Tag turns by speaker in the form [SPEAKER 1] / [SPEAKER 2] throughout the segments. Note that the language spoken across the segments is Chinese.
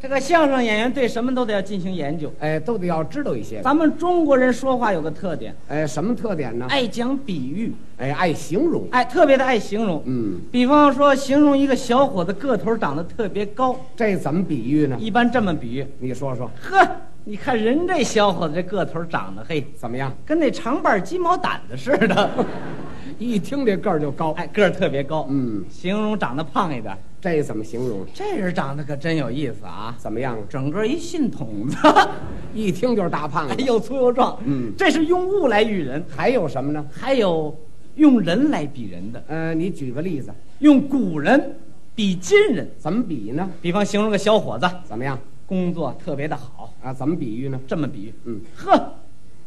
[SPEAKER 1] 这个相声演员对什么都得要进行研究。
[SPEAKER 2] 哎，都得要知道一些。
[SPEAKER 1] 咱们中国人说话有个特点，
[SPEAKER 2] 哎，什么特点呢？
[SPEAKER 1] 爱讲比喻，
[SPEAKER 2] 哎，爱形容。
[SPEAKER 1] 哎，特别的爱形容。
[SPEAKER 2] 嗯，
[SPEAKER 1] 比方说，形容一个小伙子个头长得特别高，
[SPEAKER 2] 这怎么比喻呢？
[SPEAKER 1] 一般这么比喻：
[SPEAKER 2] 你说说
[SPEAKER 1] 呵，你看人这小伙子这个头长得嘿，
[SPEAKER 2] 怎么样？
[SPEAKER 1] 跟那长瓣鸡毛掸子似的，
[SPEAKER 2] 一听这个儿就高。
[SPEAKER 1] 哎，个儿特别高。
[SPEAKER 2] 嗯，
[SPEAKER 1] 形容长得胖一点，
[SPEAKER 2] 这怎么形容？
[SPEAKER 1] 这人长得可真有意思啊，
[SPEAKER 2] 怎么样？
[SPEAKER 1] 整个一信筒子，
[SPEAKER 2] 一听就是大胖
[SPEAKER 1] 哎
[SPEAKER 2] 子。
[SPEAKER 1] 又粗又壮。
[SPEAKER 2] 嗯
[SPEAKER 1] 这是用物来喻人，
[SPEAKER 2] 还有什么呢？
[SPEAKER 1] 还有用人来比人的，
[SPEAKER 2] 呃，你举个例子，
[SPEAKER 1] 用古人比今人。
[SPEAKER 2] 怎么比呢？
[SPEAKER 1] 比方形容个小伙子
[SPEAKER 2] 怎么样？
[SPEAKER 1] 工作特别的好，
[SPEAKER 2] 啊，怎么比喻呢？
[SPEAKER 1] 这么比喻，
[SPEAKER 2] 嗯，
[SPEAKER 1] 呵，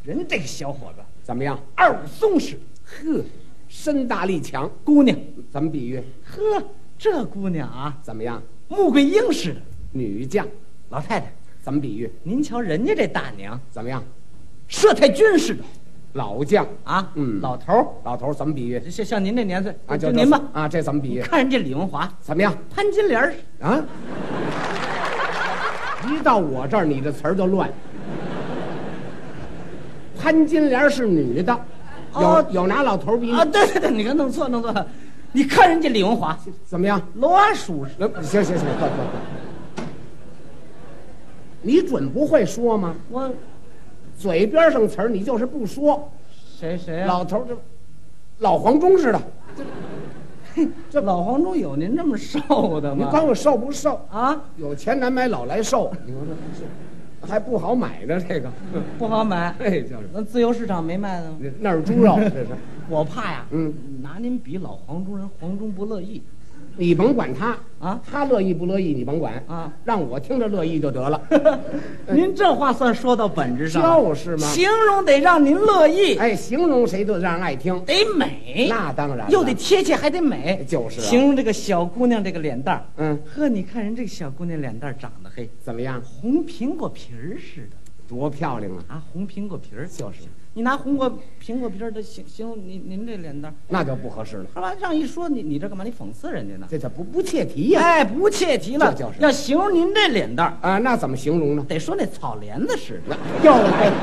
[SPEAKER 1] 人这个小伙子
[SPEAKER 2] 怎么样？
[SPEAKER 1] 二五松弛，
[SPEAKER 2] 呵，身大力强，
[SPEAKER 1] 姑娘，
[SPEAKER 2] 怎么比喻？
[SPEAKER 1] 呵，这姑娘啊，
[SPEAKER 2] 怎么样？
[SPEAKER 1] 穆桂英似的。
[SPEAKER 2] 女将，
[SPEAKER 1] 老太太，
[SPEAKER 2] 怎么比喻？
[SPEAKER 1] 您瞧人家这大娘，
[SPEAKER 2] 怎么样？
[SPEAKER 1] 佘太君似的
[SPEAKER 2] 老将，
[SPEAKER 1] 啊，
[SPEAKER 2] 嗯
[SPEAKER 1] 老头儿，
[SPEAKER 2] 老头儿怎么比喻？
[SPEAKER 1] 像像您这年岁
[SPEAKER 2] 啊，
[SPEAKER 1] 就
[SPEAKER 2] 就
[SPEAKER 1] 您吧。
[SPEAKER 2] 啊，这怎么比喻？
[SPEAKER 1] 看人家李文华、
[SPEAKER 2] 怎么样？
[SPEAKER 1] 潘金莲儿，
[SPEAKER 2] 啊？一到我这儿，你这词儿就乱。潘金莲是女的，有、
[SPEAKER 1] 哦
[SPEAKER 2] 有拿老头儿比你、
[SPEAKER 1] 啊，对对对，你看弄错弄错了，你看人家李文华，
[SPEAKER 2] 怎么样？
[SPEAKER 1] 罗阿鼠
[SPEAKER 2] 呃行行行，快快快！你准不会说吗？
[SPEAKER 1] 我
[SPEAKER 2] 嘴边上词儿你就是不说。
[SPEAKER 1] 谁谁啊？
[SPEAKER 2] 老头儿这老黄忠似的，
[SPEAKER 1] 这老黄忠有您这么瘦的
[SPEAKER 2] 你
[SPEAKER 1] 吗？
[SPEAKER 2] 管我瘦不瘦？
[SPEAKER 1] 啊，
[SPEAKER 2] 有钱难买老来瘦，你说这还不好买呢，这个，
[SPEAKER 1] 不好买，
[SPEAKER 2] 这就是
[SPEAKER 1] 那自由市场没卖的吗？
[SPEAKER 2] 那那是猪肉，
[SPEAKER 1] 嗯
[SPEAKER 2] 这是。
[SPEAKER 1] 我怕呀，
[SPEAKER 2] 嗯，
[SPEAKER 1] 拿您比老黄忠人，黄忠不乐意
[SPEAKER 2] 你甭管他
[SPEAKER 1] 啊
[SPEAKER 2] 他乐意不乐意你甭管
[SPEAKER 1] 啊。嗯
[SPEAKER 2] 让我听着乐意就得了。
[SPEAKER 1] 您这话算说到本质上了，
[SPEAKER 2] 哎就是嘛，
[SPEAKER 1] 形容得让您乐意，
[SPEAKER 2] 哎，形容谁都让人爱听，
[SPEAKER 1] 得美，
[SPEAKER 2] 那当然了
[SPEAKER 1] 哎又得贴切，还得美，
[SPEAKER 2] 就是啊
[SPEAKER 1] 形容这个小姑娘这个脸蛋儿，
[SPEAKER 2] 嗯，
[SPEAKER 1] 呵，你看人这个小姑娘脸蛋儿长得嘿，
[SPEAKER 2] 怎么样？
[SPEAKER 1] 红苹果皮儿似的
[SPEAKER 2] 多漂亮啊！
[SPEAKER 1] 啊，红苹果皮儿就是。你拿红果苹果皮儿的形形容您您这脸蛋儿，
[SPEAKER 2] 那就不合适了，
[SPEAKER 1] 是吧？让一说你你这干嘛？你讽刺人家呢？
[SPEAKER 2] 这这不不切题呀、
[SPEAKER 1] 哎，不切题了，
[SPEAKER 2] 这就是
[SPEAKER 1] 要形容您这脸蛋儿，
[SPEAKER 2] 啊！那怎么形容呢？
[SPEAKER 1] 得说那草帘子似的。
[SPEAKER 2] 又来了，